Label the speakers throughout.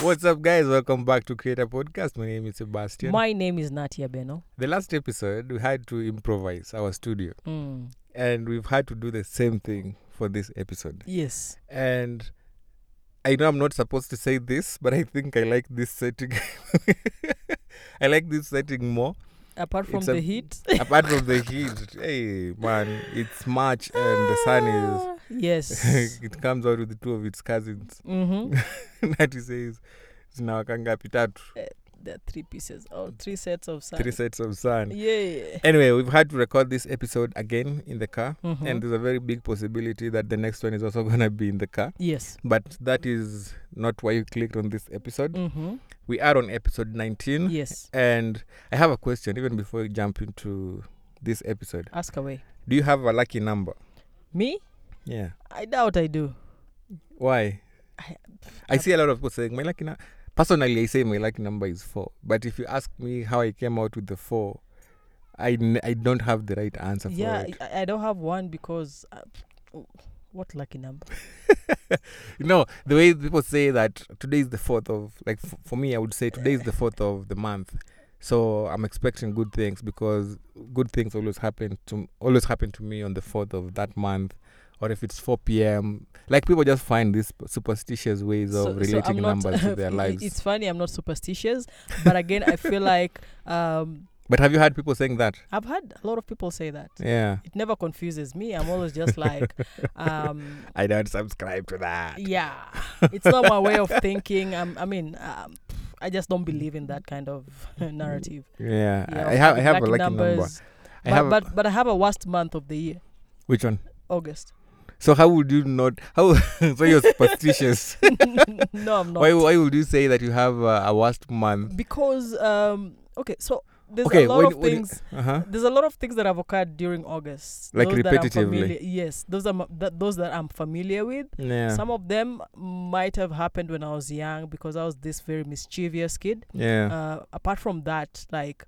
Speaker 1: What's up, guys? Welcome back to Creator Podcast. My name is Sebastian.
Speaker 2: My name is Natia Beno.
Speaker 1: the last episode, we had to improvise our studio,
Speaker 2: Mm.
Speaker 1: and we've had to do the same thing for this episode.
Speaker 2: Yes.
Speaker 1: And I know I'm not supposed to say this, but I think I like this setting. I like this setting more.
Speaker 2: Apart from
Speaker 1: It's a-
Speaker 2: the heat.
Speaker 1: Apart from the heat, hey man, it's March and the sun is.
Speaker 2: Ah, Yes.
Speaker 1: it comes out with two of its cousins.
Speaker 2: mm-hmm.
Speaker 1: Nati says zinawakangapi tatu
Speaker 2: There are three pieces or three sets of sun.
Speaker 1: three sets of sun
Speaker 2: Yeah.
Speaker 1: anyway we've had to record this episode again in the car
Speaker 2: Mhm.
Speaker 1: and there's a very big possibility that the next one is also going to be in the car
Speaker 2: yes.
Speaker 1: but that is not why you clicked on this episode
Speaker 2: Mm-hmm.
Speaker 1: we are on episode 19
Speaker 2: Yes.
Speaker 1: and i have a question even before we jump into this episode
Speaker 2: Ask away.
Speaker 1: do you have a lucky number
Speaker 2: Me?
Speaker 1: yeah
Speaker 2: I doubt I do.
Speaker 1: why
Speaker 2: I- uh,
Speaker 1: i see a lot of people saying my lucky number personally i say my lucky number is four but if you ask me how i came out with the four i, n- I don't have the right answer for
Speaker 2: yeah,
Speaker 1: it
Speaker 2: I, I don't have one because. Uh, what lucky number?
Speaker 1: no the way people say that today is the fourth of like f- for me i would say today is the fourth of the month so i'm expecting good things because good things always happen to always happen to me on the fourth of that month or if it's 4 p.m like people just find these superstitious ways of relating numbers to their
Speaker 2: it-
Speaker 1: lives
Speaker 2: It's funny, I'm not superstitious, but again, I feel like um,
Speaker 1: but have you had people saying that
Speaker 2: I've had a lot of people say that.
Speaker 1: yeah
Speaker 2: It never confuses me. I'm always just like, um,
Speaker 1: I don't subscribe to that.
Speaker 2: yeah it's not my way of thinking um, i mean um, i just don't believe in that kind of narrative
Speaker 1: Yeah,
Speaker 2: Yeah,
Speaker 1: I have I have a
Speaker 2: lucky
Speaker 1: lucky number.
Speaker 2: numbers.
Speaker 1: I
Speaker 2: but,
Speaker 1: have
Speaker 2: but but i have a worst month of the year
Speaker 1: which one?
Speaker 2: august
Speaker 1: So how would you not? How so you're superstitious?
Speaker 2: no i'm not
Speaker 1: why why would you say that you have uh, a worst month?
Speaker 2: because um okay so there's
Speaker 1: Okay,
Speaker 2: a lot
Speaker 1: when
Speaker 2: of
Speaker 1: you- when you-
Speaker 2: things
Speaker 1: Uh huh.
Speaker 2: there's a lot of things that have occurred during august
Speaker 1: Like
Speaker 2: those that I'm
Speaker 1: repetitively?
Speaker 2: familiar- yes those are that, those that i'm familiar with
Speaker 1: Yeah.
Speaker 2: some of them might have happened when i was young because i was this very mischievous kid
Speaker 1: yeah.
Speaker 2: uh, apart from that, like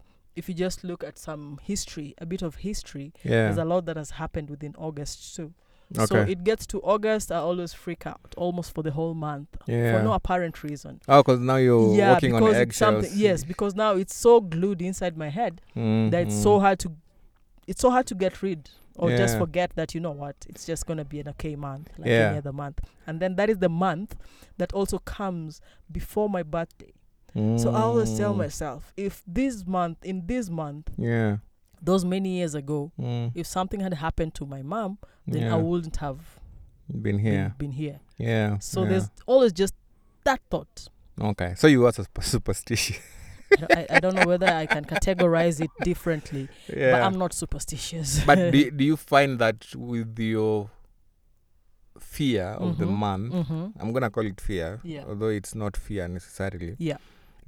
Speaker 2: if you just look at some history, a bit of history, there's
Speaker 1: yeah.
Speaker 2: a lot that has happened within August too. So
Speaker 1: Okay.
Speaker 2: it gets to August, I always freak out almost for the whole month
Speaker 1: yeah.
Speaker 2: for no apparent reason.
Speaker 1: oh, because now you're
Speaker 2: yeah,
Speaker 1: walking
Speaker 2: because
Speaker 1: on
Speaker 2: it's
Speaker 1: eggshells.
Speaker 2: something. Yes, because now it's so glued inside my head that it's
Speaker 1: Mhm.
Speaker 2: so hard to, it's so hard to get rid or just
Speaker 1: Yeah.
Speaker 2: forget that you know what it's just gonna be an okay month like
Speaker 1: Yeah.
Speaker 2: any other month. And then that is the month that also comes before my birthday. So I always tell
Speaker 1: Mm.
Speaker 2: myself, if this month, in this month,
Speaker 1: Yeah.
Speaker 2: those many years ago,
Speaker 1: Mm.
Speaker 2: if something had happened to my mom, then
Speaker 1: yeah.
Speaker 2: I wouldn't have
Speaker 1: been
Speaker 2: been,
Speaker 1: here.
Speaker 2: been here.
Speaker 1: yeah.
Speaker 2: So
Speaker 1: yeah.
Speaker 2: there's always just that thought.
Speaker 1: okay. So you are sus- superstitious.
Speaker 2: I don't- I, I don't know whether I can categorize it differently,
Speaker 1: yeah.
Speaker 2: but I'm not superstitious.
Speaker 1: but do, do you find that with your fear of the
Speaker 2: Mhm.
Speaker 1: month
Speaker 2: hmm
Speaker 1: i'm gonna call it fear
Speaker 2: Yeah.
Speaker 1: although it's not fear necessarily
Speaker 2: Yeah.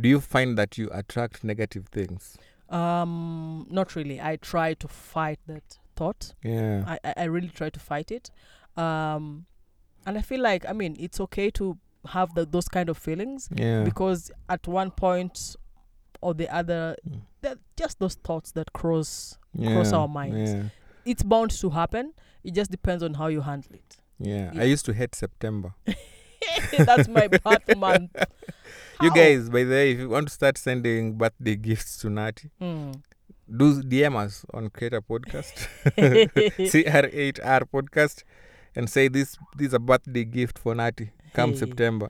Speaker 1: do you find that you attract negative things
Speaker 2: um, not really. I try to fight that thought.
Speaker 1: yeah
Speaker 2: I, I I really try to fight it. Um, and I feel like, I mean, it's okay to have the, those kind of feelings.
Speaker 1: yeah
Speaker 2: because at one point or the other
Speaker 1: Mm.
Speaker 2: that just those thoughts that cross
Speaker 1: yeah.
Speaker 2: cross our minds.
Speaker 1: yeah
Speaker 2: it's bound to happen it just depends on how you handle it
Speaker 1: yeah,
Speaker 2: Yeah.
Speaker 1: I used to hate September.
Speaker 2: that's my birth month
Speaker 1: You
Speaker 2: How?
Speaker 1: guys, by the way, if you want to start sending birthday gifts to Nati,
Speaker 2: Mm.
Speaker 1: do DM us on Creator Podcast, CR8R Podcast, and say this this is a birthday gift for Nati come
Speaker 2: Hey.
Speaker 1: September.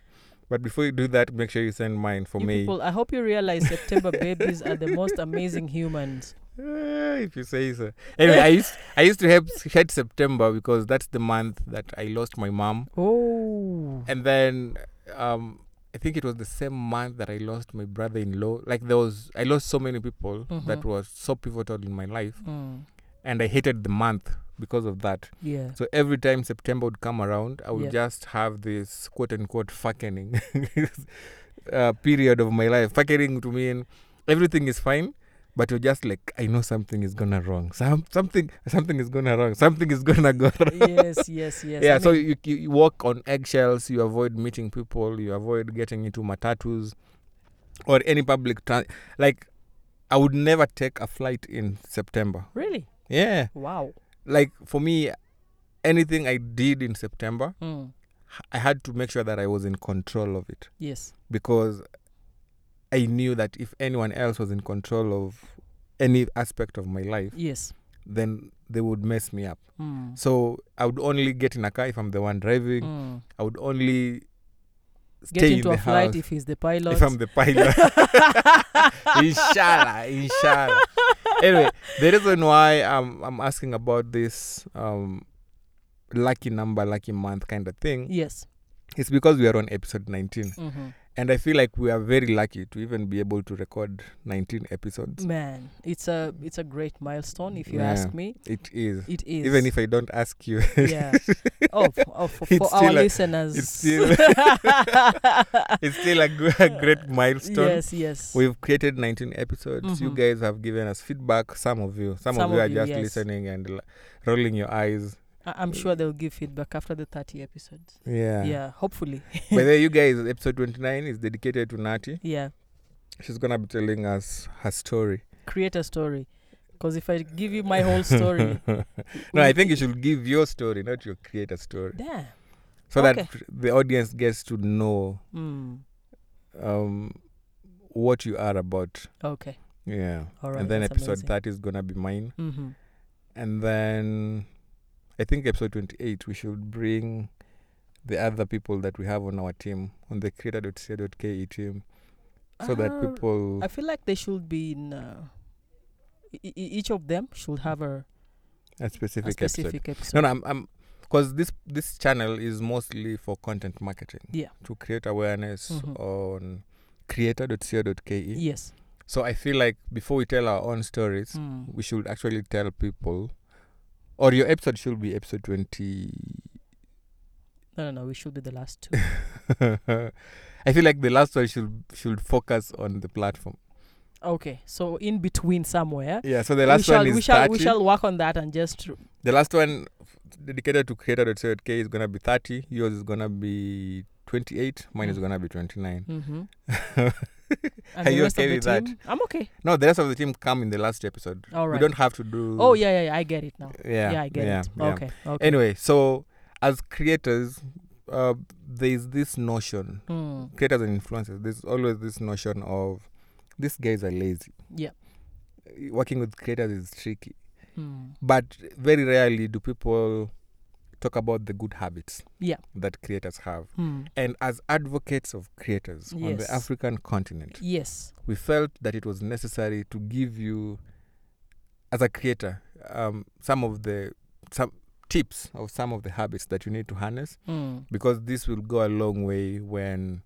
Speaker 1: But before you do that, make sure you send mine for
Speaker 2: you
Speaker 1: me.
Speaker 2: people i hope you realize september babies are the most amazing humans
Speaker 1: Uh, if you say so. Anyway, I used I used to hate, hate September because that's the month that I lost my mom,
Speaker 2: oh
Speaker 1: and then um, I think it was the same month that I lost my brother-in-law. Like there was, I lost so many people that
Speaker 2: Mhm.
Speaker 1: were so pivotal in my life,
Speaker 2: mm.
Speaker 1: and I hated the month because of that.
Speaker 2: yeah
Speaker 1: So every time September would come around, I would
Speaker 2: Yeah.
Speaker 1: just have this quote unquote fucking uh, period of my life. Fucking to mean everything is fine, but you're just like, I know something is gonna wrong. Some something something is gonna wrong. Something is gonna go wrong.
Speaker 2: yes yes yes
Speaker 1: yeah,
Speaker 2: I
Speaker 1: so
Speaker 2: mean,
Speaker 1: you, you you walk on eggshells. You avoid meeting people. You avoid getting into matatus or any public trans. Like, I would never take a flight in September.
Speaker 2: really
Speaker 1: Yeah,
Speaker 2: wow
Speaker 1: like for me, anything I did in September,
Speaker 2: Mm.
Speaker 1: h- I had to make sure that I was in control of it
Speaker 2: yes
Speaker 1: because I knew that if anyone else was in control of any aspect of my life,
Speaker 2: yes
Speaker 1: then they would mess me up.
Speaker 2: mm.
Speaker 1: So I would only get in a car if I'm the one driving.
Speaker 2: Mm.
Speaker 1: I would only
Speaker 2: get
Speaker 1: stay in
Speaker 2: into
Speaker 1: the
Speaker 2: a flight
Speaker 1: house
Speaker 2: if he's the pilot
Speaker 1: if I'm the pilot. inshallah, inshallah. Anyway, the reason why I'm I'm asking about this um lucky number, lucky month kind of thing
Speaker 2: yes
Speaker 1: is because we are on episode 19,
Speaker 2: hmm
Speaker 1: and I feel like we are very lucky to even be able to record 19 episodes.
Speaker 2: man it's a it's a great milestone if you
Speaker 1: Yeah.
Speaker 2: ask me
Speaker 1: It is.
Speaker 2: it is
Speaker 1: Even if I don't ask you,
Speaker 2: yeah oh, f- oh for,
Speaker 1: It's
Speaker 2: for our
Speaker 1: still a-
Speaker 2: listeners
Speaker 1: it's still- it's still a, g- a great milestone.
Speaker 2: yes yes
Speaker 1: We've created 19 episodes. You
Speaker 2: Mhm.
Speaker 1: guys have given us feedback. Some of you, some,
Speaker 2: Some
Speaker 1: of you
Speaker 2: of
Speaker 1: are
Speaker 2: you,
Speaker 1: just
Speaker 2: yes.
Speaker 1: listening and l- rolling your eyes.
Speaker 2: I- i'm sure they'll give feedback after the 30 episodes
Speaker 1: Yeah.
Speaker 2: yeah, hopefully
Speaker 1: By the way, you guys, episode 29 is dedicated to Nati.
Speaker 2: yeah
Speaker 1: She's going to be telling us her story.
Speaker 2: create a story because if i give you my whole story
Speaker 1: no, I think you should give your story, not your creator story,
Speaker 2: damn
Speaker 1: so that
Speaker 2: Okay.
Speaker 1: the audience gets to know
Speaker 2: mm.
Speaker 1: um, what you are about.
Speaker 2: okay
Speaker 1: Yeah.
Speaker 2: all right
Speaker 1: and then
Speaker 2: that's
Speaker 1: episode
Speaker 2: amazing.
Speaker 1: 30 is going to be mine.
Speaker 2: mm-hmm.
Speaker 1: And then I think episode 28, we should bring the other people that we have on our team, on the creator.ca.ke E team, so that
Speaker 2: Ah,
Speaker 1: people.
Speaker 2: I feel like they should be in. Uh, e- e- each of them should have a,
Speaker 1: a
Speaker 2: a
Speaker 1: specific, episode.
Speaker 2: specific episode.
Speaker 1: No, no, I'm, I'm, because this this channel is mostly for content marketing.
Speaker 2: Yeah.
Speaker 1: To create awareness
Speaker 2: Mhm.
Speaker 1: on creator.co.ke.
Speaker 2: Yes.
Speaker 1: E. So I feel like before we tell our own stories,
Speaker 2: Mm.
Speaker 1: we should actually tell people, or your episode should be episode twenty.
Speaker 2: No, no, no. We should be the last two.
Speaker 1: I feel like the last one should should focus on the platform.
Speaker 2: okay. So in between somewhere.
Speaker 1: Yeah. So the last
Speaker 2: we shall,
Speaker 1: one is
Speaker 2: we shall,
Speaker 1: 30.
Speaker 2: we shall work on that and just. r-
Speaker 1: The last one f- dedicated to creator.co.ke is gonna be thirty. Yours is gonna be twenty-eight. Mine is
Speaker 2: Mm.
Speaker 1: gonna be twenty-nine.
Speaker 2: mhm. And
Speaker 1: Are
Speaker 2: the
Speaker 1: you
Speaker 2: rest
Speaker 1: okay
Speaker 2: of
Speaker 1: with
Speaker 2: the
Speaker 1: that?
Speaker 2: team, I'm okay.
Speaker 1: No, the rest of the team come in the last episode.
Speaker 2: All
Speaker 1: We
Speaker 2: right.
Speaker 1: don't have to do.
Speaker 2: Oh yeah, yeah, yeah. I get it now.
Speaker 1: Yeah.
Speaker 2: Yeah, I get it.
Speaker 1: yeah.
Speaker 2: Okay. Okay.
Speaker 1: Anyway, so as creators, uh, there's this notion,
Speaker 2: Mm,
Speaker 1: creators and influencers, there's always this notion of these guys are lazy.
Speaker 2: Yeah.
Speaker 1: Uh, Working with creators is tricky.
Speaker 2: mm.
Speaker 1: But very rarely do people talk about the good habits
Speaker 2: Yeah.
Speaker 1: that creators have.
Speaker 2: Mm.
Speaker 1: And as advocates of creators on
Speaker 2: Yes.
Speaker 1: the African continent,
Speaker 2: Yes.
Speaker 1: we felt that it was necessary to give you as a creator um, some of the some tips of some of the habits that you need to harness
Speaker 2: Mm.
Speaker 1: because this will go a long way when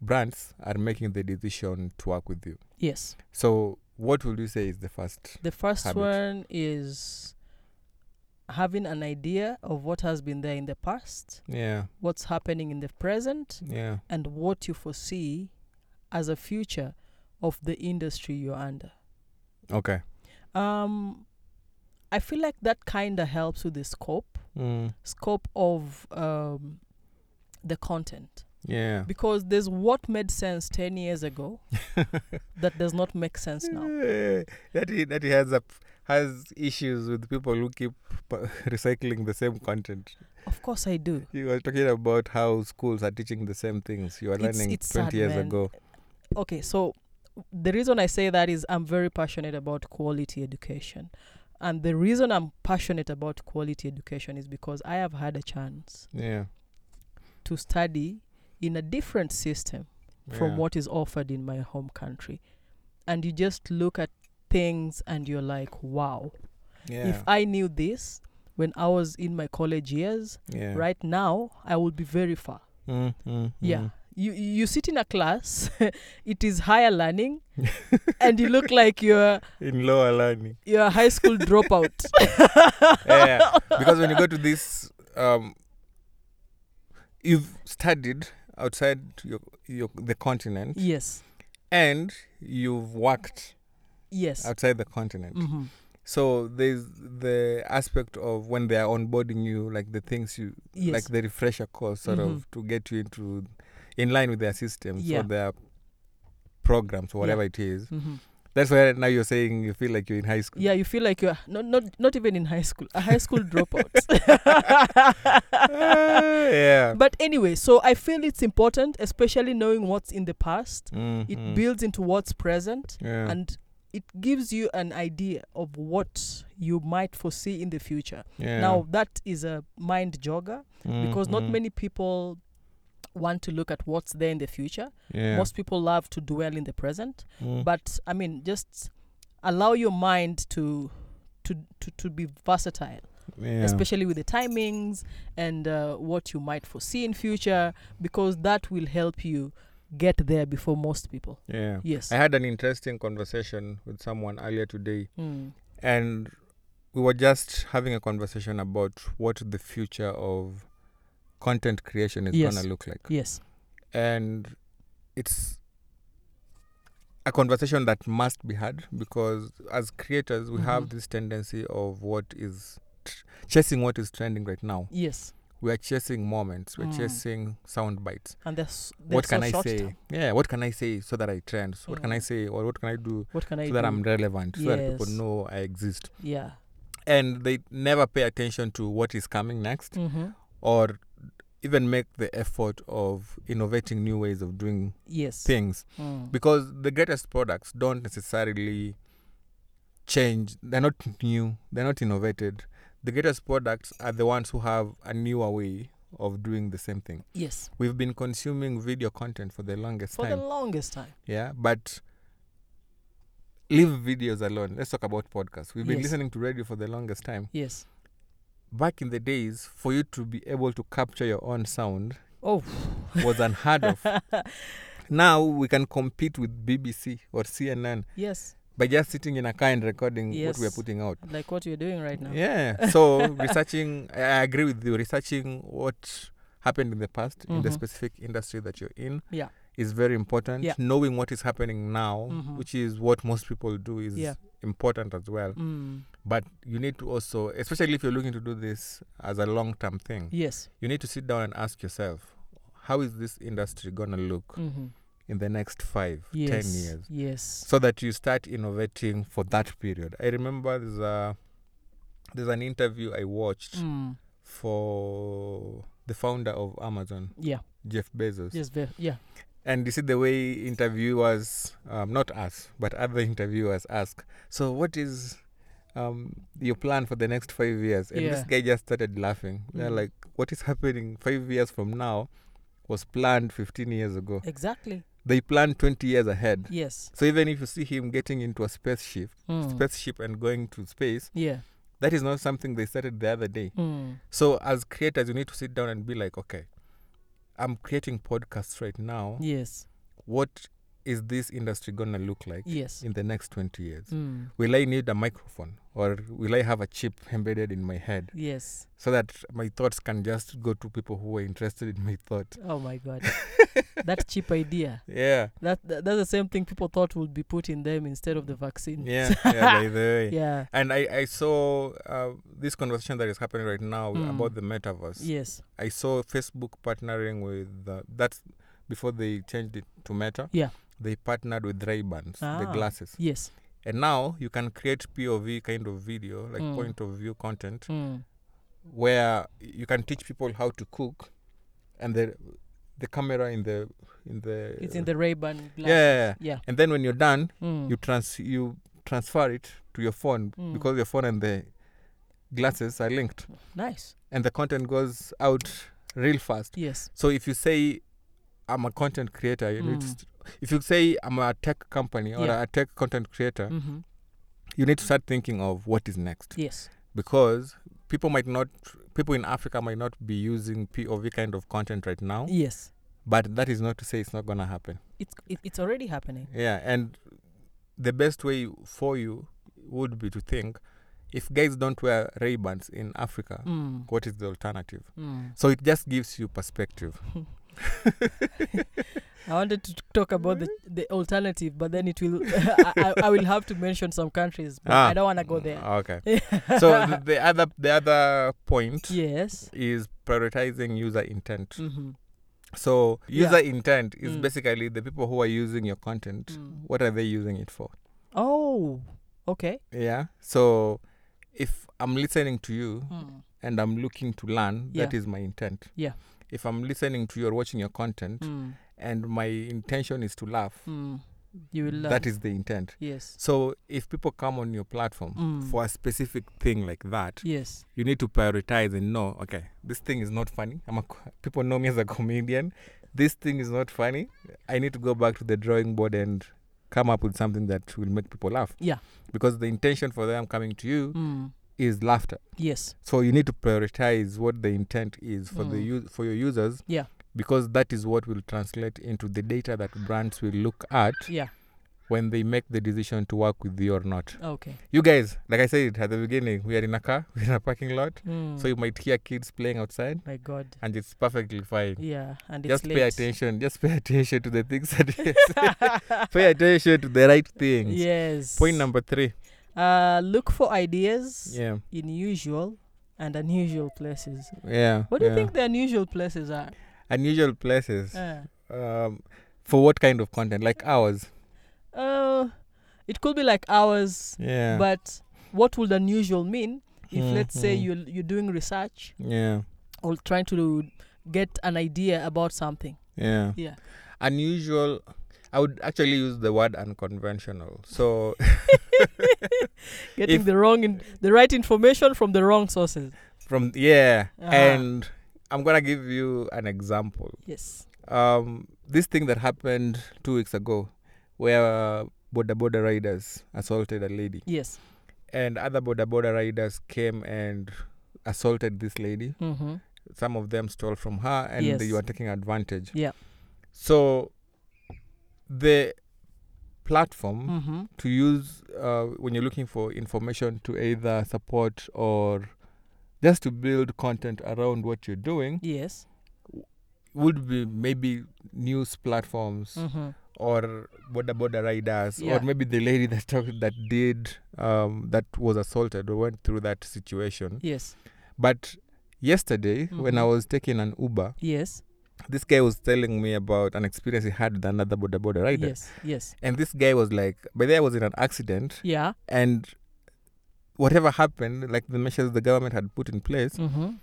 Speaker 1: brands are making the decision to work with you
Speaker 2: Yes.
Speaker 1: so what would you say is the first
Speaker 2: The first
Speaker 1: habit.
Speaker 2: one is having an idea of what has been there in the past,
Speaker 1: yeah
Speaker 2: what's happening in the present,
Speaker 1: yeah
Speaker 2: and what you foresee as a future of the industry you're under.
Speaker 1: okay
Speaker 2: Um, I feel like that kind of helps with the scope,
Speaker 1: mm.
Speaker 2: scope of um, the content.
Speaker 1: yeah
Speaker 2: Because there's what made sense 10 years ago that does not make sense now.
Speaker 1: Eh, that he, that he has a has issues with people who keep uh, recycling the same content
Speaker 2: Of course, I do.
Speaker 1: You were talking about how schools are teaching the same things you were
Speaker 2: It's-
Speaker 1: learning
Speaker 2: it's
Speaker 1: 20
Speaker 2: sad,
Speaker 1: years
Speaker 2: man.
Speaker 1: ago.
Speaker 2: okay so the reason i say that is i'm very passionate about quality education and the reason i'm passionate about quality education is because i have had a chance
Speaker 1: Yeah.
Speaker 2: to study in a different system
Speaker 1: yeah.
Speaker 2: from what is offered in my home country and you just look at things and you're like wow
Speaker 1: Yeah.
Speaker 2: if i knew this when i was in my college years
Speaker 1: yeah.
Speaker 2: right now i would be very far
Speaker 1: Mm, mm,
Speaker 2: yeah
Speaker 1: mm.
Speaker 2: you you sit in a class it is higher learning
Speaker 1: mm.
Speaker 2: and you look like you're
Speaker 1: In lower learning.
Speaker 2: you're a high school dropout
Speaker 1: yeah. Because when you go to this, um, you've studied outside your, your the continent
Speaker 2: yes
Speaker 1: and you've worked
Speaker 2: yes
Speaker 1: outside the continent.
Speaker 2: mm-hmm.
Speaker 1: So there's the aspect of when they are onboarding you, like the things you
Speaker 2: yes Mm-hmm.
Speaker 1: like the refresher course sort of to get you into in line with their systems
Speaker 2: Yeah.
Speaker 1: or their programs or whatever it is
Speaker 2: mm-hmm.
Speaker 1: That's why now you're saying you feel like you're in high school.
Speaker 2: Yeah, you feel like you're not not not even in high school, a high school dropout.
Speaker 1: Ah, yeah.
Speaker 2: But anyway, so I feel it's important, especially knowing what's in the past. It
Speaker 1: Mhm.
Speaker 2: builds into what's present
Speaker 1: Yeah.
Speaker 2: and it gives you an idea of what you might foresee in the future.
Speaker 1: yeah.
Speaker 2: Now, that is a mind jogger because not
Speaker 1: Mhm.
Speaker 2: many people want to look at what's there in the future.
Speaker 1: Yeah.
Speaker 2: Most people love to dwell in the present.
Speaker 1: Mm.
Speaker 2: But I mean, just allow your mind to. To, to, to be versatile
Speaker 1: yeah.
Speaker 2: especially with the timings and uh, what you might foresee in future because that will help you get there before most people
Speaker 1: Yeah.
Speaker 2: yes
Speaker 1: I had an interesting conversation with someone earlier today,
Speaker 2: Mm.
Speaker 1: and we were just having a conversation about what the future of content creation is
Speaker 2: Yes.
Speaker 1: gonna look like,
Speaker 2: yes
Speaker 1: and it's a conversation that must be had because as creators we have
Speaker 2: Mhm.
Speaker 1: this tendency of what is tr- chasing what is trending right now
Speaker 2: yes
Speaker 1: we are chasing moments we're
Speaker 2: Mm.
Speaker 1: chasing sound bites
Speaker 2: and that's, that's
Speaker 1: what can
Speaker 2: so
Speaker 1: i
Speaker 2: short
Speaker 1: say
Speaker 2: term.
Speaker 1: yeah what can i say so that i trend so what can i
Speaker 2: Mm.
Speaker 1: say or what can i do
Speaker 2: what can i
Speaker 1: so
Speaker 2: do
Speaker 1: that i'm relevant so that people
Speaker 2: Yes.
Speaker 1: know i exist
Speaker 2: yeah
Speaker 1: and they never pay attention to what is coming next
Speaker 2: mm-hmm.
Speaker 1: or even make the effort of innovating new ways of doing
Speaker 2: yes
Speaker 1: things
Speaker 2: Mm.
Speaker 1: because the greatest products don't necessarily change they're not new they're not innovated the greatest products are the ones who have a newer way of doing the same thing
Speaker 2: yes
Speaker 1: we've been consuming video content for the longest
Speaker 2: for
Speaker 1: time
Speaker 2: the longest time
Speaker 1: yeah but leave videos alone let's talk about podcasts we've been
Speaker 2: Yes.
Speaker 1: listening to radio for the longest time
Speaker 2: yes
Speaker 1: back in the days for you to be able to capture your own sound
Speaker 2: oh
Speaker 1: was unheard of now we can compete with bbc or cnn
Speaker 2: yes
Speaker 1: by just sitting in a car and recording what we are
Speaker 2: Yes.
Speaker 1: putting out
Speaker 2: like what you're doing right now
Speaker 1: yeah so researching i I agree with you researching what happened in the past in the
Speaker 2: Mhm.
Speaker 1: specific industry that you're in
Speaker 2: Yeah.
Speaker 1: is very important
Speaker 2: Yeah.
Speaker 1: knowing what is happening now
Speaker 2: Mhm.
Speaker 1: which is what most people do is
Speaker 2: Yeah.
Speaker 1: important as well
Speaker 2: Mm.
Speaker 1: but you need to also especially if you're looking to do this as a long-term thing
Speaker 2: yes
Speaker 1: you need to sit down and ask yourself how is this industry going to look
Speaker 2: mm-hmm.
Speaker 1: in the next five, ten
Speaker 2: yes
Speaker 1: years
Speaker 2: yes
Speaker 1: so that you start innovating for that period. I remember there's a there's an interview I watched
Speaker 2: mm.
Speaker 1: for the founder of Amazon,
Speaker 2: yeah
Speaker 1: Jeff Bezos,
Speaker 2: yes ve- yeah
Speaker 1: and you see the way interviewers, um, not us, but other interviewers ask, so what is um, your plan for the next five years? And this
Speaker 2: Yeah.
Speaker 1: guy just started laughing. They're
Speaker 2: Mm.
Speaker 1: like, what is happening five years from now was planned 15 years ago.
Speaker 2: exactly
Speaker 1: They planned 20 years ahead.
Speaker 2: yes
Speaker 1: So even if you see him getting into a spaceship,
Speaker 2: Mm.
Speaker 1: spaceship and going to space,
Speaker 2: yeah
Speaker 1: that is not something they started the other day.
Speaker 2: Mm.
Speaker 1: So as creators, you need to sit down and be like, okay, I'm creating podcasts right now.
Speaker 2: yes
Speaker 1: What is this industry gonna look like
Speaker 2: yes
Speaker 1: in the next 20 years?
Speaker 2: mm.
Speaker 1: Will I need a microphone, or will I have a chip embedded in my head
Speaker 2: yes
Speaker 1: so that my thoughts can just go to people who are interested in my thought?
Speaker 2: oh my god that cheap idea
Speaker 1: Yeah,
Speaker 2: that, that that's the same thing people thought would be put in them instead of the vaccine
Speaker 1: yeah, yeah. By the way,
Speaker 2: yeah
Speaker 1: and I, I saw uh, this conversation that is happening right now
Speaker 2: Mm.
Speaker 1: about the metaverse.
Speaker 2: yes
Speaker 1: I saw Facebook partnering with uh, that's before they changed it to Meta.
Speaker 2: Yeah.
Speaker 1: They partnered with Ray-Bans, the
Speaker 2: Ah.
Speaker 1: glasses.
Speaker 2: yes
Speaker 1: And now you can create POV kind of video, like
Speaker 2: Mm.
Speaker 1: point of view content,
Speaker 2: mm.
Speaker 1: where you can teach people how to cook and the the camera in the in the
Speaker 2: it's in the ray ban
Speaker 1: Yeah.
Speaker 2: yeah
Speaker 1: And then when you're done,
Speaker 2: mm.
Speaker 1: you trans you transfer it to your phone
Speaker 2: Mm.
Speaker 1: because your phone and the glasses are linked
Speaker 2: nice
Speaker 1: and the content goes out real fast.
Speaker 2: yes
Speaker 1: So if you say I'm a content creator, you need to
Speaker 2: Mm.
Speaker 1: st- if you say I'm a tech company or
Speaker 2: Yeah.
Speaker 1: a tech content creator,
Speaker 2: mm-hmm.
Speaker 1: you need to start thinking of what is next
Speaker 2: yes
Speaker 1: because people might not people in Africa might not be using POV kind of content right now,
Speaker 2: yes
Speaker 1: but that is not to say it's not going to happen.
Speaker 2: it's it, it's already happening
Speaker 1: Yeah, and the best way for you would be to think if guys don't wear Ray-Bans in Africa,
Speaker 2: mm.
Speaker 1: what is the alternative?
Speaker 2: Mm.
Speaker 1: So it just gives you perspective.
Speaker 2: I wanted to talk about the, the alternative, but then it will. I, I- I will have to mention some countries, but
Speaker 1: Ah.
Speaker 2: I don't want to go there.
Speaker 1: Okay. so the, the other the other point
Speaker 2: yes.
Speaker 1: is prioritizing user intent.
Speaker 2: Mm-hmm.
Speaker 1: So
Speaker 2: Yeah.
Speaker 1: user intent is
Speaker 2: Mm.
Speaker 1: basically the people who are using your content.
Speaker 2: Mm.
Speaker 1: What are they using it for?
Speaker 2: Oh, okay.
Speaker 1: Yeah. So if I'm listening to you
Speaker 2: Mm.
Speaker 1: and I'm looking to learn, that
Speaker 2: Yeah.
Speaker 1: is my intent.
Speaker 2: Yeah. Mm.
Speaker 1: If I'm listening to you or watching your content and my intention is to laugh,
Speaker 2: You will learn.
Speaker 1: that is the intent.
Speaker 2: yes.
Speaker 1: So if people come on your platform
Speaker 2: Mm.
Speaker 1: for a specific thing like that,
Speaker 2: yes.
Speaker 1: you need to prioritize and know, okay, this thing is not funny. I'm a, co- people know me as a comedian. This thing is not funny. I need to go back to the drawing board and come up with something that will make people laugh.
Speaker 2: Yeah.
Speaker 1: Because the intention for them coming to you
Speaker 2: Mm.
Speaker 1: is laughter.
Speaker 2: Yes.
Speaker 1: So you need to prioritize what the intent is for the
Speaker 2: Mm.
Speaker 1: u- for your users.
Speaker 2: Yeah.
Speaker 1: Because that is what will translate into the data that brands will look at
Speaker 2: Yeah.
Speaker 1: when they make the decision to work with you or not.
Speaker 2: Okay.
Speaker 1: You guys, like I said at the beginning, we are in a car, we're in a parking lot.
Speaker 2: Mm.
Speaker 1: So you might hear kids playing outside
Speaker 2: my God.
Speaker 1: and it's perfectly fine.
Speaker 2: Yeah. And it's
Speaker 1: Just
Speaker 2: late.
Speaker 1: pay attention. Just pay attention to the things that pay attention to the right things.
Speaker 2: yes.
Speaker 1: Point number three.
Speaker 2: Uh, look for ideas
Speaker 1: Yeah.
Speaker 2: in usual and unusual places.
Speaker 1: Yeah.
Speaker 2: What do
Speaker 1: yeah.
Speaker 2: you think the unusual places are?
Speaker 1: Unusual places.
Speaker 2: Uh,
Speaker 1: um, for what kind of content? Like ours.
Speaker 2: uh, it could be like ours,
Speaker 1: Yeah.
Speaker 2: but what would unusual mean? If let's say
Speaker 1: Mhm.
Speaker 2: you you're doing research
Speaker 1: Yeah.
Speaker 2: or trying to get an idea about something.
Speaker 1: Yeah.
Speaker 2: Yeah.
Speaker 1: Unusual. I would actually use the word unconventional. So
Speaker 2: Getting
Speaker 1: If-
Speaker 2: the wrong in, the right information from the wrong sources.
Speaker 1: from yeah,
Speaker 2: Ah.
Speaker 1: and I'm gonna give you an example.
Speaker 2: Yes.
Speaker 1: Um, this thing that happened two weeks ago, where border border riders assaulted a lady,
Speaker 2: Yes.
Speaker 1: and other border border riders came and assaulted this lady.
Speaker 2: Mm-hmm.
Speaker 1: Some of them stole from her, and
Speaker 2: Yes.
Speaker 1: they were taking advantage.
Speaker 2: Yeah.
Speaker 1: So the platform
Speaker 2: Mm-hmm.
Speaker 1: to use uh, when you're looking for information to either support or just to build content around what you're doing
Speaker 2: Yes.
Speaker 1: would be maybe news platforms
Speaker 2: Mm-hmm.
Speaker 1: or border border riders
Speaker 2: Yeah.
Speaker 1: or maybe the lady that talked, that did um, that was assaulted or went through that situation.
Speaker 2: Yes.
Speaker 1: But yesterday when I
Speaker 2: Mhm.
Speaker 1: was taking an Uber,
Speaker 2: Yes.
Speaker 1: this guy was telling me about an experience he had with another border border rider,
Speaker 2: Yes. Yes.
Speaker 1: and this guy was like, "By the way, I was in an accident."
Speaker 2: Yeah.
Speaker 1: and whatever happened, like the measures the government had put in place,
Speaker 2: Mm-hmm.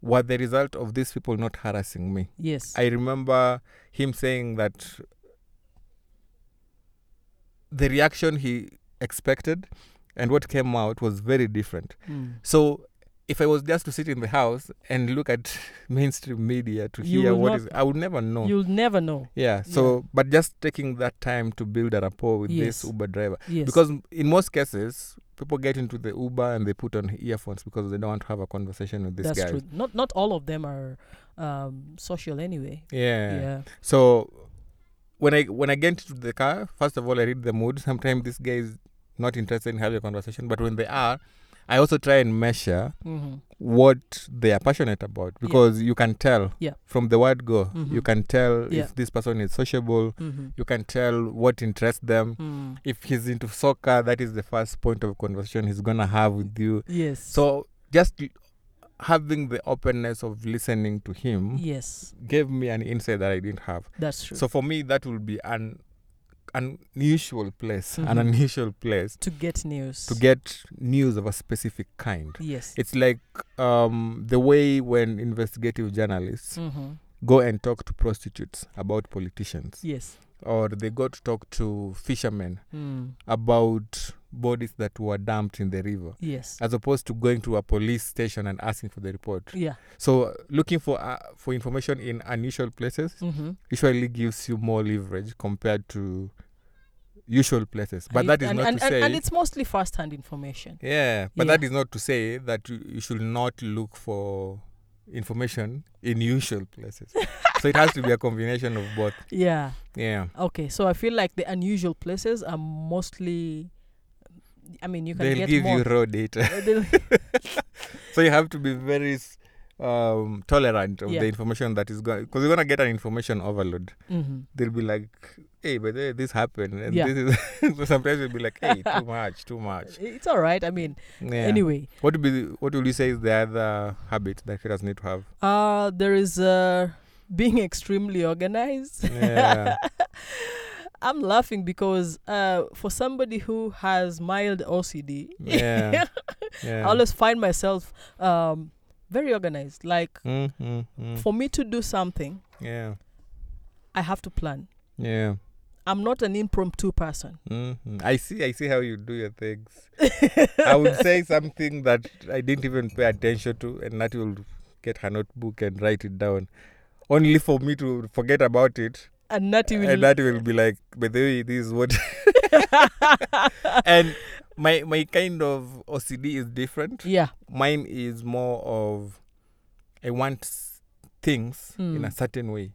Speaker 1: were the result of these people not harassing me.
Speaker 2: Yes.
Speaker 1: I remember him saying that the reaction he expected and what came out was very different.
Speaker 2: Mm.
Speaker 1: So if I was just to sit in the house and look at mainstream media to
Speaker 2: You
Speaker 1: hear
Speaker 2: will
Speaker 1: what
Speaker 2: not-
Speaker 1: is, I would never know.
Speaker 2: You'll never know.
Speaker 1: yeah. So, but just taking that time to build a rapport with
Speaker 2: Yes.
Speaker 1: this Uber driver
Speaker 2: Yes.
Speaker 1: because m- in most cases people get into the uber and they put on earphones because they don't want to have a conversation with this
Speaker 2: that's
Speaker 1: guy
Speaker 2: true. Not not all of them are um, social anyway.
Speaker 1: yeah.
Speaker 2: Yeah.
Speaker 1: so when i when i get into the car first of all i read the mood sometimes this guy is not interested in having a conversation but when they are i also try and measure
Speaker 2: Mm-hmm.
Speaker 1: what they are passionate about because you can tell
Speaker 2: Yeah.
Speaker 1: from the word go
Speaker 2: Mhm.
Speaker 1: you can tell
Speaker 2: Yeah.
Speaker 1: if this person is sociable
Speaker 2: Mm-hmm.
Speaker 1: you can tell what interests them
Speaker 2: Mm.
Speaker 1: if he's into soccer that is the first point of conversation he's gonna have with you
Speaker 2: Yes.
Speaker 1: So just l- having the openness of listening to him
Speaker 2: yes,
Speaker 1: gave me an insight that I didn't have.
Speaker 2: that's true.
Speaker 1: um, So for me, that will be an an unusual place, an
Speaker 2: Mhm.
Speaker 1: unusual place
Speaker 2: to get news.
Speaker 1: to get news of a specific kind.
Speaker 2: Yes.
Speaker 1: It's like um, the way when investigative journalists
Speaker 2: Mm-hmm.
Speaker 1: go and talk to prostitutes about politicians,
Speaker 2: Yes.
Speaker 1: or they go to talk to fishermen
Speaker 2: Mm.
Speaker 1: about bodies that were dumped in the river,
Speaker 2: Yes.
Speaker 1: as opposed to going to a police station and asking for the report.
Speaker 2: Yeah.
Speaker 1: So uh, looking for uh, for information in unusual places
Speaker 2: Mm-hmm.
Speaker 1: usually gives you more leverage compared to usual places. But
Speaker 2: and
Speaker 1: that
Speaker 2: it-
Speaker 1: is
Speaker 2: and,
Speaker 1: not
Speaker 2: and,
Speaker 1: to
Speaker 2: and,
Speaker 1: say
Speaker 2: and it's mostly first-hand information.
Speaker 1: yeah, but
Speaker 2: Yeah.
Speaker 1: that is not to say that you, you should not look for information in usual places. so it has to be a combination of both.
Speaker 2: Yeah.
Speaker 1: Yeah.
Speaker 2: Okay. So I feel like the unusual places are mostly. I mean, you can
Speaker 1: They'll
Speaker 2: get
Speaker 1: give
Speaker 2: more.
Speaker 1: you raw data.
Speaker 2: Uh, they'll-
Speaker 1: so you have to be very s- um, tolerant of
Speaker 2: Yeah.
Speaker 1: the information that is going because you're gonna get an information overload.
Speaker 2: Mhm.
Speaker 1: they'll be like, "Hey, but the way this happened," and
Speaker 2: Yeah.
Speaker 1: this is so sometimes they'll be like, "Hey, too much, too much."
Speaker 2: It's all right. I mean,
Speaker 1: Yeah.
Speaker 2: anyway,
Speaker 1: what would be the- what would you say is the other habit that creators need to have?
Speaker 2: uh, there is uh, being extremely organized.
Speaker 1: Yeah,
Speaker 2: I'm laughing because uh, for somebody who has mild OCD,
Speaker 1: Yeah.
Speaker 2: I
Speaker 1: yeah.
Speaker 2: always find myself um, very organized. Like
Speaker 1: Mm, mm, mm.
Speaker 2: for me to do something,
Speaker 1: yeah.
Speaker 2: I have to plan.
Speaker 1: Yeah.
Speaker 2: I'm not an impromptu person.
Speaker 1: Mm-hmm. I see. I see how you do your things. I would say something that I didn't even pay attention to, and that you'll get her notebook and write it down, only for me to forget about it,
Speaker 2: and that will.
Speaker 1: and Eh, that will be like, by the way, this is what. and my my kind of OCD is different.
Speaker 2: yeah.
Speaker 1: Mine is more of I want s- things in a
Speaker 2: Mm.
Speaker 1: certain way.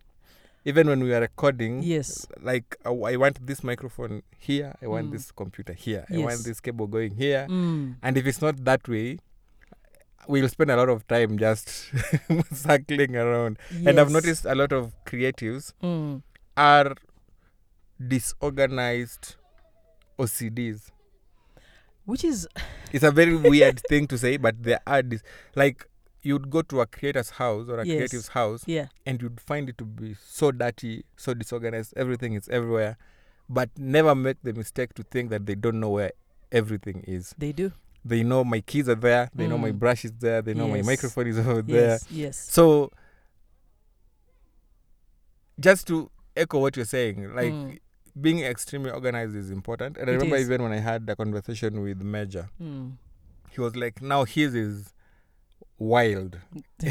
Speaker 1: Even when we are recording,
Speaker 2: Yes.
Speaker 1: like I, I want this microphone here i want
Speaker 2: Mm.
Speaker 1: this computer here i want
Speaker 2: Yes.
Speaker 1: this cable going here
Speaker 2: Mm.
Speaker 1: and if it's not that way we'll spend a lot of time just circling around and i've
Speaker 2: Mm. Yes.
Speaker 1: noticed a lot of creatives
Speaker 2: Mm.
Speaker 1: are disorganized ocds
Speaker 2: Which is
Speaker 1: it's a very weird thing to say but there are dis- like you'd go to a creator's house or a
Speaker 2: Yes.
Speaker 1: creative's house
Speaker 2: yeah.
Speaker 1: and you'd find it to be so dirty, so disorganized, everything is everywhere. But never make the mistake to think that they don't know where everything is.
Speaker 2: They do.
Speaker 1: They know my keys are there, they know my
Speaker 2: Mm.
Speaker 1: brush is there, they know my
Speaker 2: Yes.
Speaker 1: microphone is over there.
Speaker 2: Yes. Yes.
Speaker 1: So just to echo what you're saying, like
Speaker 2: Mm.
Speaker 1: being extremely organized is important. And I
Speaker 2: It
Speaker 1: remember
Speaker 2: is.
Speaker 1: even when I had a conversation with Major,
Speaker 2: Mm.
Speaker 1: he was like, Now his is wild.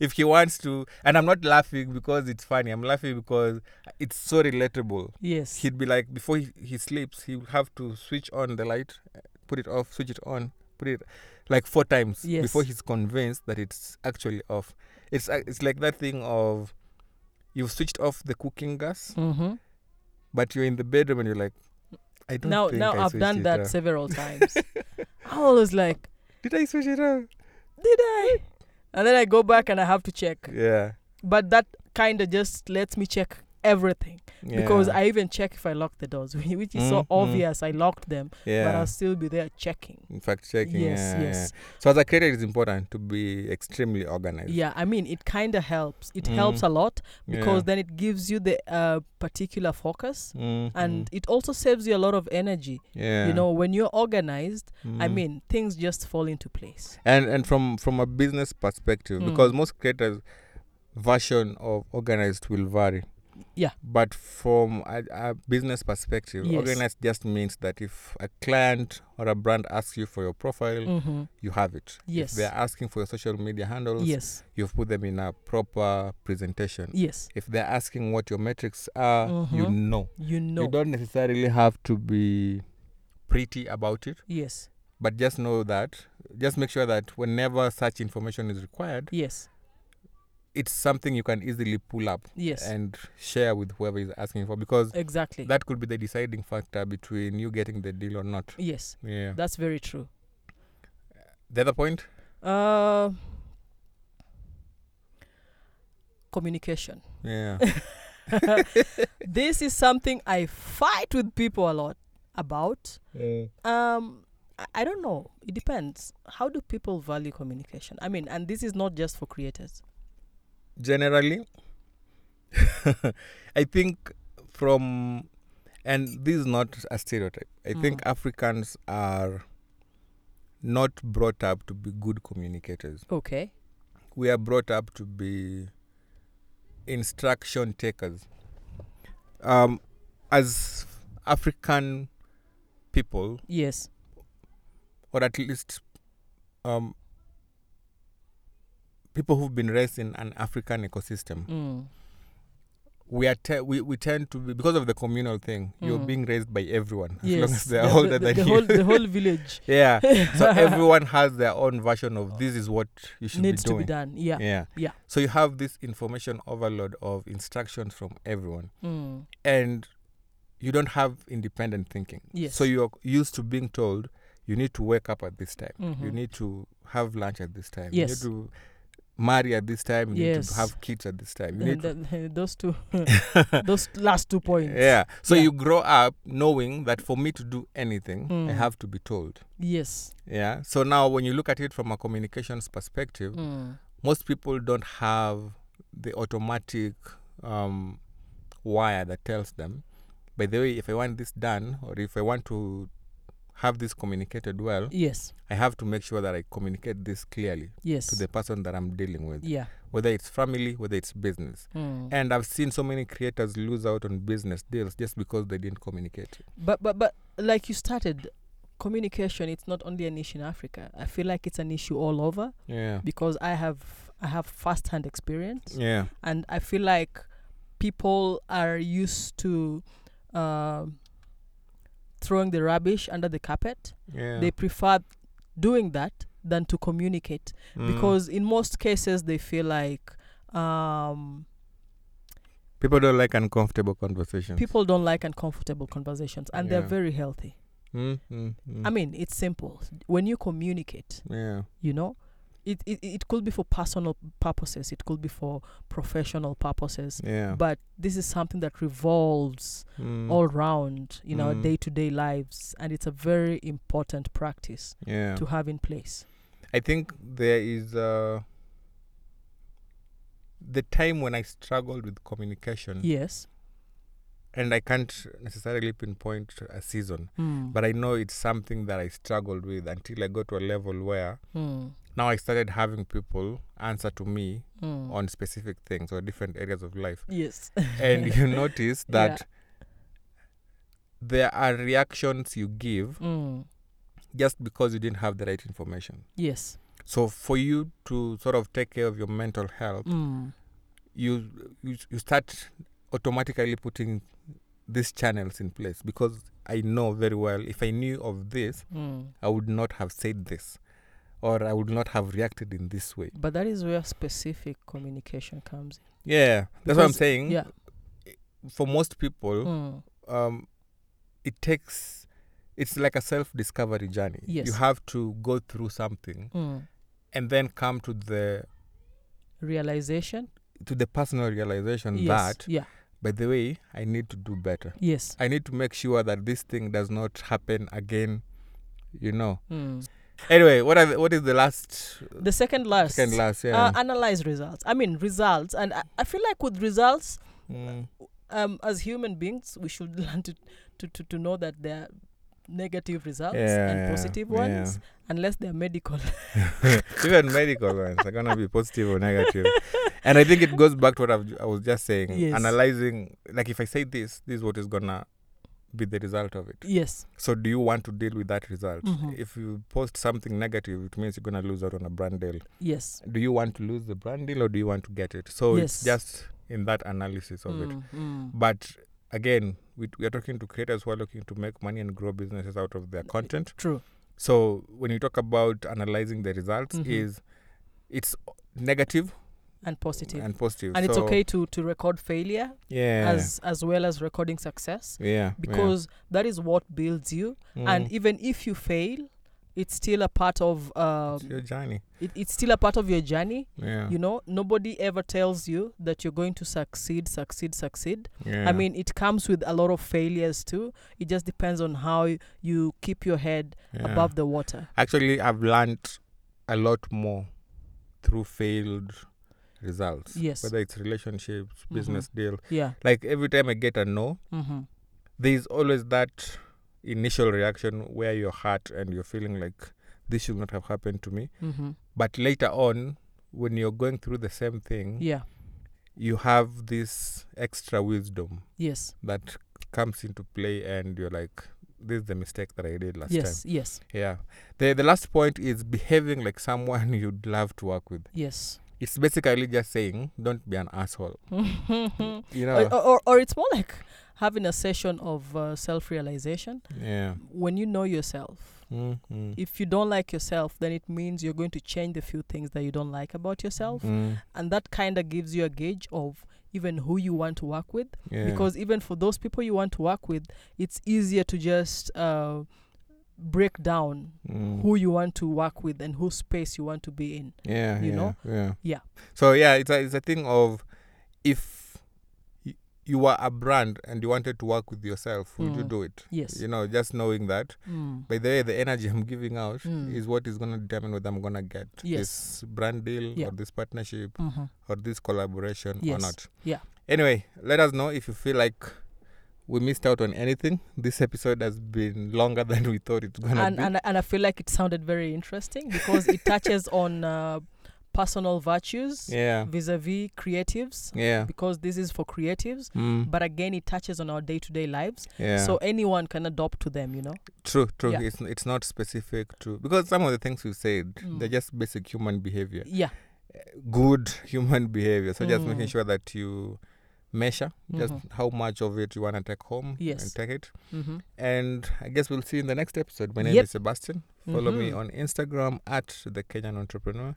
Speaker 1: if he wants to and i'm not laughing because it's funny i'm laughing because it's so relatable
Speaker 2: Yes.
Speaker 1: he'd be like before he, he sleeps he'll have to switch on the light put it off switch it on put it like four times
Speaker 2: Yes.
Speaker 1: before he's convinced that it's actually off it's ac- it's like that thing of you've switched off the cooking gas
Speaker 2: mm-hmm.
Speaker 1: but you're in the bedroom and you're like i don't
Speaker 2: now
Speaker 1: think
Speaker 2: now
Speaker 1: I
Speaker 2: I've
Speaker 1: switched
Speaker 2: done
Speaker 1: it uh.
Speaker 2: that
Speaker 1: off."
Speaker 2: several times. I was like,
Speaker 1: did i switch it off
Speaker 2: did I? And then I go back and I have to check.
Speaker 1: yeah,
Speaker 2: But that kind of just lets me check everything
Speaker 1: yeah.
Speaker 2: because I even check if I lock the doors, which is
Speaker 1: Mm, mm.
Speaker 2: so obvious. I locked them, but
Speaker 1: yeah
Speaker 2: I'll still be there checking.
Speaker 1: in fact checking
Speaker 2: yes,
Speaker 1: yeah, yeah.
Speaker 2: yes.
Speaker 1: So as a creator, it's important to be extremely organized.
Speaker 2: Yeah, I mean, it kind of helps. It
Speaker 1: Mm.
Speaker 2: helps a lot
Speaker 1: Yeah.
Speaker 2: because then it gives you the uh, particular focus
Speaker 1: Mhm.
Speaker 2: and it also saves you a lot of energy.
Speaker 1: yeah,
Speaker 2: You know, when you're organized, I
Speaker 1: Mhm.
Speaker 2: mean, things just fall into place.
Speaker 1: and and from from a business perspective,
Speaker 2: Mm.
Speaker 1: because most creators' version of organized will vary.
Speaker 2: Yeah.
Speaker 1: But from a, a business perspective,
Speaker 2: Yes.
Speaker 1: organized just means that if a client or a brand asks you for your profile,
Speaker 2: Mm-hmm.
Speaker 1: you have it.
Speaker 2: Yes.
Speaker 1: If they're asking for your social media handles,
Speaker 2: Yes,
Speaker 1: you've put them in a proper presentation.
Speaker 2: yes.
Speaker 1: If they're asking what your metrics are, you
Speaker 2: Mhm.
Speaker 1: know.
Speaker 2: You know.
Speaker 1: You don't necessarily have to be pretty about it,
Speaker 2: Yes,
Speaker 1: but just know that, just make sure that whenever such information is required,
Speaker 2: yes,
Speaker 1: it's something you can easily pull up
Speaker 2: yes.
Speaker 1: and share with whoever is asking for because
Speaker 2: exactly.
Speaker 1: that could be the deciding factor between you getting the deal or not.
Speaker 2: yes,
Speaker 1: Yeah.
Speaker 2: that's very true.
Speaker 1: The other point?
Speaker 2: Uh, communication.
Speaker 1: Yeah.
Speaker 2: this is something I fight with people a lot about.
Speaker 1: Mm.
Speaker 2: Um, I- I don't know. It depends. How do people value communication? I mean, and this is not just for creators.
Speaker 1: Generally, I think from, and this is not a stereotype, I think
Speaker 2: Mhm.
Speaker 1: Africans are not brought up to be good communicators.
Speaker 2: Okay.
Speaker 1: we are brought up to be instruction takers. Um, as African people,
Speaker 2: Yes.
Speaker 1: or at least um, people who've been raised in an African ecosystem,
Speaker 2: Mm.
Speaker 1: we are te- we, we tend to be because of the communal thing. You're
Speaker 2: Mhm.
Speaker 1: being raised by everyone, as
Speaker 2: yes.
Speaker 1: long as they're
Speaker 2: The- the- the,
Speaker 1: older than
Speaker 2: the
Speaker 1: you.
Speaker 2: whole the whole village
Speaker 1: yeah, so everyone has their own version of this is what you should
Speaker 2: needs
Speaker 1: be
Speaker 2: to
Speaker 1: doing.
Speaker 2: be done. Yeah.
Speaker 1: yeah
Speaker 2: Yeah.
Speaker 1: so you have this information overload of instructions from everyone
Speaker 2: Mm.
Speaker 1: and you don't have independent thinking
Speaker 2: Yes.
Speaker 1: so you're used to being told you need to wake up at this time you
Speaker 2: Mhm.
Speaker 1: need to have lunch at this time
Speaker 2: Yes.
Speaker 1: you need to marry at this time you need to
Speaker 2: Yes.
Speaker 1: have kids at this time you
Speaker 2: Then
Speaker 1: need to
Speaker 2: the- those two, those last two points.
Speaker 1: yeah so
Speaker 2: Yeah.
Speaker 1: you grow up knowing that for me to do anything i
Speaker 2: Mm.
Speaker 1: have to be told
Speaker 2: Yes.
Speaker 1: yeah so now when you look at it from a communications perspective
Speaker 2: Mm.
Speaker 1: most people don't have the automatic um, wire that tells them by the way if i want this done or if i want to have this communicated well
Speaker 2: yes
Speaker 1: i have to make sure that i communicate this clearly to
Speaker 2: yes
Speaker 1: the person that i'm dealing with
Speaker 2: yeah
Speaker 1: whether it's family whether it's business
Speaker 2: Mm.
Speaker 1: and i've seen so many creators lose out on business deals just because they didn't communicate
Speaker 2: but but but like you started communication it's not only an issue in africa i feel like it's an issue all over
Speaker 1: yeah
Speaker 2: because i have i have first hand experience
Speaker 1: yeah
Speaker 2: and i feel like people are used to um throwing the rubbish under the carpet
Speaker 1: yeah
Speaker 2: they prefer doing that than to communicate
Speaker 1: Mm.
Speaker 2: because in most cases they feel like um,
Speaker 1: people don't like uncomfortable conversations
Speaker 2: people don't like uncomfortable conversations and
Speaker 1: Yeah.
Speaker 2: they're very healthy
Speaker 1: mm, mm, mm.
Speaker 2: i mean it's simple when you communicate
Speaker 1: yeah
Speaker 2: you know it, it, it could be for personal purposes it could be for professional purposes
Speaker 1: yeah
Speaker 2: but this is something that revolves
Speaker 1: mm,
Speaker 2: all round in our
Speaker 1: Mm.
Speaker 2: day-to-day lives and it's a very important practice
Speaker 1: yeah
Speaker 2: to have in place
Speaker 1: I think there is uh, the time when I struggled with communication,
Speaker 2: yes
Speaker 1: and I can't necessarily pinpoint a season,
Speaker 2: Mm.
Speaker 1: but I know it's something that I struggled with until I got to a level where
Speaker 2: Mm.
Speaker 1: now I started having people answer to me
Speaker 2: Mm.
Speaker 1: on specific things or different areas of life,
Speaker 2: yes
Speaker 1: and you notice
Speaker 2: Yeah.
Speaker 1: that. There are reactions you give
Speaker 2: Mm.
Speaker 1: just because you didn't have the right information.
Speaker 2: yes
Speaker 1: So, for you to sort of take care of your mental health,
Speaker 2: Mm.
Speaker 1: you you, you start automatically putting these channels in place because I know very well if I knew of this,
Speaker 2: Mm.
Speaker 1: I would not have said this, or I would not have reacted in this way.
Speaker 2: But that is where specific communication comes
Speaker 1: Yeah, that's what I'm
Speaker 2: Because- in.
Speaker 1: saying.
Speaker 2: Yeah.
Speaker 1: For most people,
Speaker 2: Mm.
Speaker 1: um, it takes it's like a self-discovery journey.
Speaker 2: Yes.
Speaker 1: You have to go through something
Speaker 2: Mm.
Speaker 1: and then come to the
Speaker 2: Realization.
Speaker 1: to the personal realization
Speaker 2: Yes.
Speaker 1: that
Speaker 2: Yeah.
Speaker 1: by the way, I need to do better.
Speaker 2: Yes.
Speaker 1: I need to make sure that this thing does not happen again. You know.
Speaker 2: Mm.
Speaker 1: Anyway, what are the, what is the last
Speaker 2: The second last.
Speaker 1: second last? Yeah.
Speaker 2: Uh, analyze results. I mean results, and I, I feel like with results,
Speaker 1: Mm,
Speaker 2: um, as human beings, we should learn to to, to, to know that there are negative results
Speaker 1: yeah,
Speaker 2: and positive
Speaker 1: yeah.
Speaker 2: ones, unless they are medical.
Speaker 1: Even medical ones are gonna be positive or negative. And I think it goes back to what I've, I was just saying.
Speaker 2: Yes.
Speaker 1: Analyzing, like if I say this, this is what is gonna be the result of it.
Speaker 2: yes.
Speaker 1: So do you want to deal with that result?
Speaker 2: Mhm.
Speaker 1: If you post something negative, it means you're gonna lose out on a brand deal.
Speaker 2: Yes.
Speaker 1: do you want to lose the brand deal or do you want to get it? So
Speaker 2: Yes.
Speaker 1: it's just in that analysis of it.
Speaker 2: Mm, mm.
Speaker 1: But again, we, we are talking to creators who are looking to make money and grow businesses out of their content.
Speaker 2: True.
Speaker 1: So when you talk about analyzing the results,
Speaker 2: Mhm.
Speaker 1: is it's negative
Speaker 2: And positive.
Speaker 1: and positive,
Speaker 2: and it's
Speaker 1: So,
Speaker 2: okay to, to record failure
Speaker 1: Yeah,
Speaker 2: as as well as recording success
Speaker 1: yeah, yeah,
Speaker 2: because that is what builds you and
Speaker 1: Mm.
Speaker 2: even if you fail it's still a part of um,
Speaker 1: it's your journey.
Speaker 2: it, it's still a part of your journey
Speaker 1: Yeah,
Speaker 2: you know nobody ever tells you that you're going to succeed succeed succeed
Speaker 1: yeah.
Speaker 2: i mean it comes with a lot of failures too it just depends on how y- you keep your head
Speaker 1: yeah.
Speaker 2: above the water
Speaker 1: Actually, I've learned a lot more through failed results.
Speaker 2: Yes. Mm-hmm.
Speaker 1: whether it's relationships, business deal,
Speaker 2: yeah
Speaker 1: like every time I get a no,
Speaker 2: mm-hmm.
Speaker 1: there's always that initial reaction where you're hurt and you're feeling like this should not have happened to me.
Speaker 2: Mm-hmm.
Speaker 1: But later on, when you're going through the same thing,
Speaker 2: yeah
Speaker 1: you have this extra wisdom
Speaker 2: yes
Speaker 1: that comes into play, and you're like, this is the mistake that I did last
Speaker 2: yes yes
Speaker 1: time. Yeah. The, the last point is behaving like someone you'd love to work with.
Speaker 2: yes
Speaker 1: It's basically just saying, don't be an asshole. You know?
Speaker 2: or, or, or it's more like having a session of uh, self-realization
Speaker 1: Yeah.
Speaker 2: when you know yourself
Speaker 1: Mm-hmm.
Speaker 2: if you don't like yourself then it means you're going to change the few things that you don't like about
Speaker 1: Mm-hmm.
Speaker 2: yourself and that kind of gives you a gauge of even who you want to work with
Speaker 1: yeah.
Speaker 2: because even for those people you want to work with it's easier to just uh, break down
Speaker 1: Mm.
Speaker 2: who you want to work with and whose space you want to be in
Speaker 1: yeah
Speaker 2: you
Speaker 1: yeah,
Speaker 2: know?
Speaker 1: yeah
Speaker 2: Yeah.
Speaker 1: so yeah it's a, it's a thing of if y- you were a brand and you wanted to work with yourself would you
Speaker 2: Mm.
Speaker 1: do it
Speaker 2: yes
Speaker 1: you know just knowing that
Speaker 2: Mm.
Speaker 1: by the way the energy i'm giving out
Speaker 2: Mm.
Speaker 1: is what is going to determine whether i'm going to get
Speaker 2: Yes.
Speaker 1: this brand deal
Speaker 2: Yeah.
Speaker 1: or this partnership
Speaker 2: Mhm.
Speaker 1: or this collaboration or
Speaker 2: Yes.
Speaker 1: not
Speaker 2: Yeah.
Speaker 1: anyway let us know if you feel like we missed out on anything, this episode has been longer than we thought it's gonna
Speaker 2: and,
Speaker 1: be.
Speaker 2: and and I feel like it sounded very interesting because it touches on uh, personal virtues
Speaker 1: yeah,
Speaker 2: vis-a-vis creatives
Speaker 1: yeah,
Speaker 2: because this is for creatives.
Speaker 1: mm,
Speaker 2: But again, it touches on our day-to-day lives,
Speaker 1: yeah.
Speaker 2: so anyone can adopt to them. You know,
Speaker 1: true, true.
Speaker 2: yeah.
Speaker 1: It's it's not specific to because some of the things you said
Speaker 2: Mm.
Speaker 1: they're just basic human behavior,
Speaker 2: yeah,
Speaker 1: good human behavior. So just making
Speaker 2: Mm. Mm-hmm.
Speaker 1: sure that you measure just how much of it you wanna take home
Speaker 2: Yes.
Speaker 1: and take it.
Speaker 2: mm-hmm.
Speaker 1: And I guess we'll see you in the next episode. My name
Speaker 2: Yep.
Speaker 1: is Sebastian. Follow me
Speaker 2: Mhm.
Speaker 1: on Instagram at the Kenyan Entrepreneur.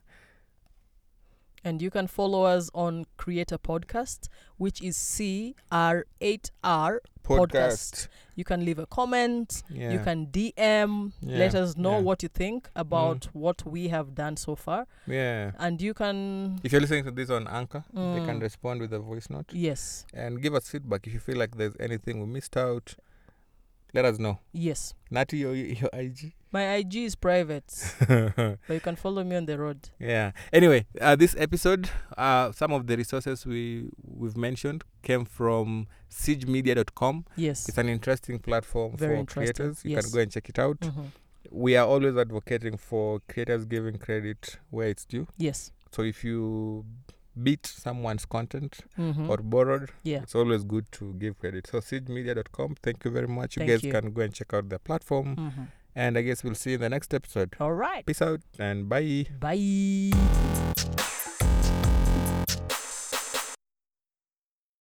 Speaker 2: and you can follow us on Creator Podcast, which is C R eight R. Podcast. You can leave a comment.
Speaker 1: Yeah.
Speaker 2: You can DM. Let
Speaker 1: Yeah,
Speaker 2: us know
Speaker 1: yeah. Mm.
Speaker 2: what you think about what we have done so far,
Speaker 1: Yeah.
Speaker 2: and you can
Speaker 1: If you're listening to this on Anchor, they can
Speaker 2: Mm.
Speaker 1: respond with a voice note
Speaker 2: yes,
Speaker 1: and give us feedback if you feel like there's anything we missed out. Let us know.
Speaker 2: yes.
Speaker 1: Nati, your, your IG.
Speaker 2: My IG is private, but you can follow me on the road.
Speaker 1: yeah. Anyway, uh, this episode, uh, some of the resources we we've mentioned came from siegemedia.com.
Speaker 2: Yes.
Speaker 1: It's an interesting platform
Speaker 2: Very
Speaker 1: for
Speaker 2: interesting,
Speaker 1: creators. You
Speaker 2: yes.
Speaker 1: can go and check it out.
Speaker 2: Mhm.
Speaker 1: we are always advocating for creators giving credit where it's due.
Speaker 2: Yes.
Speaker 1: So if you beat someone's content
Speaker 2: Mhm.
Speaker 1: or borrowed,
Speaker 2: Yeah.
Speaker 1: it's always good to give credit. So siegemedia.com, thank you very much. You
Speaker 2: Thank
Speaker 1: guys
Speaker 2: you.
Speaker 1: can go and check out the platform.
Speaker 2: Mhm.
Speaker 1: And I guess we'll see you in the next episode.
Speaker 2: All right.
Speaker 1: Peace out and bye.
Speaker 2: Bye.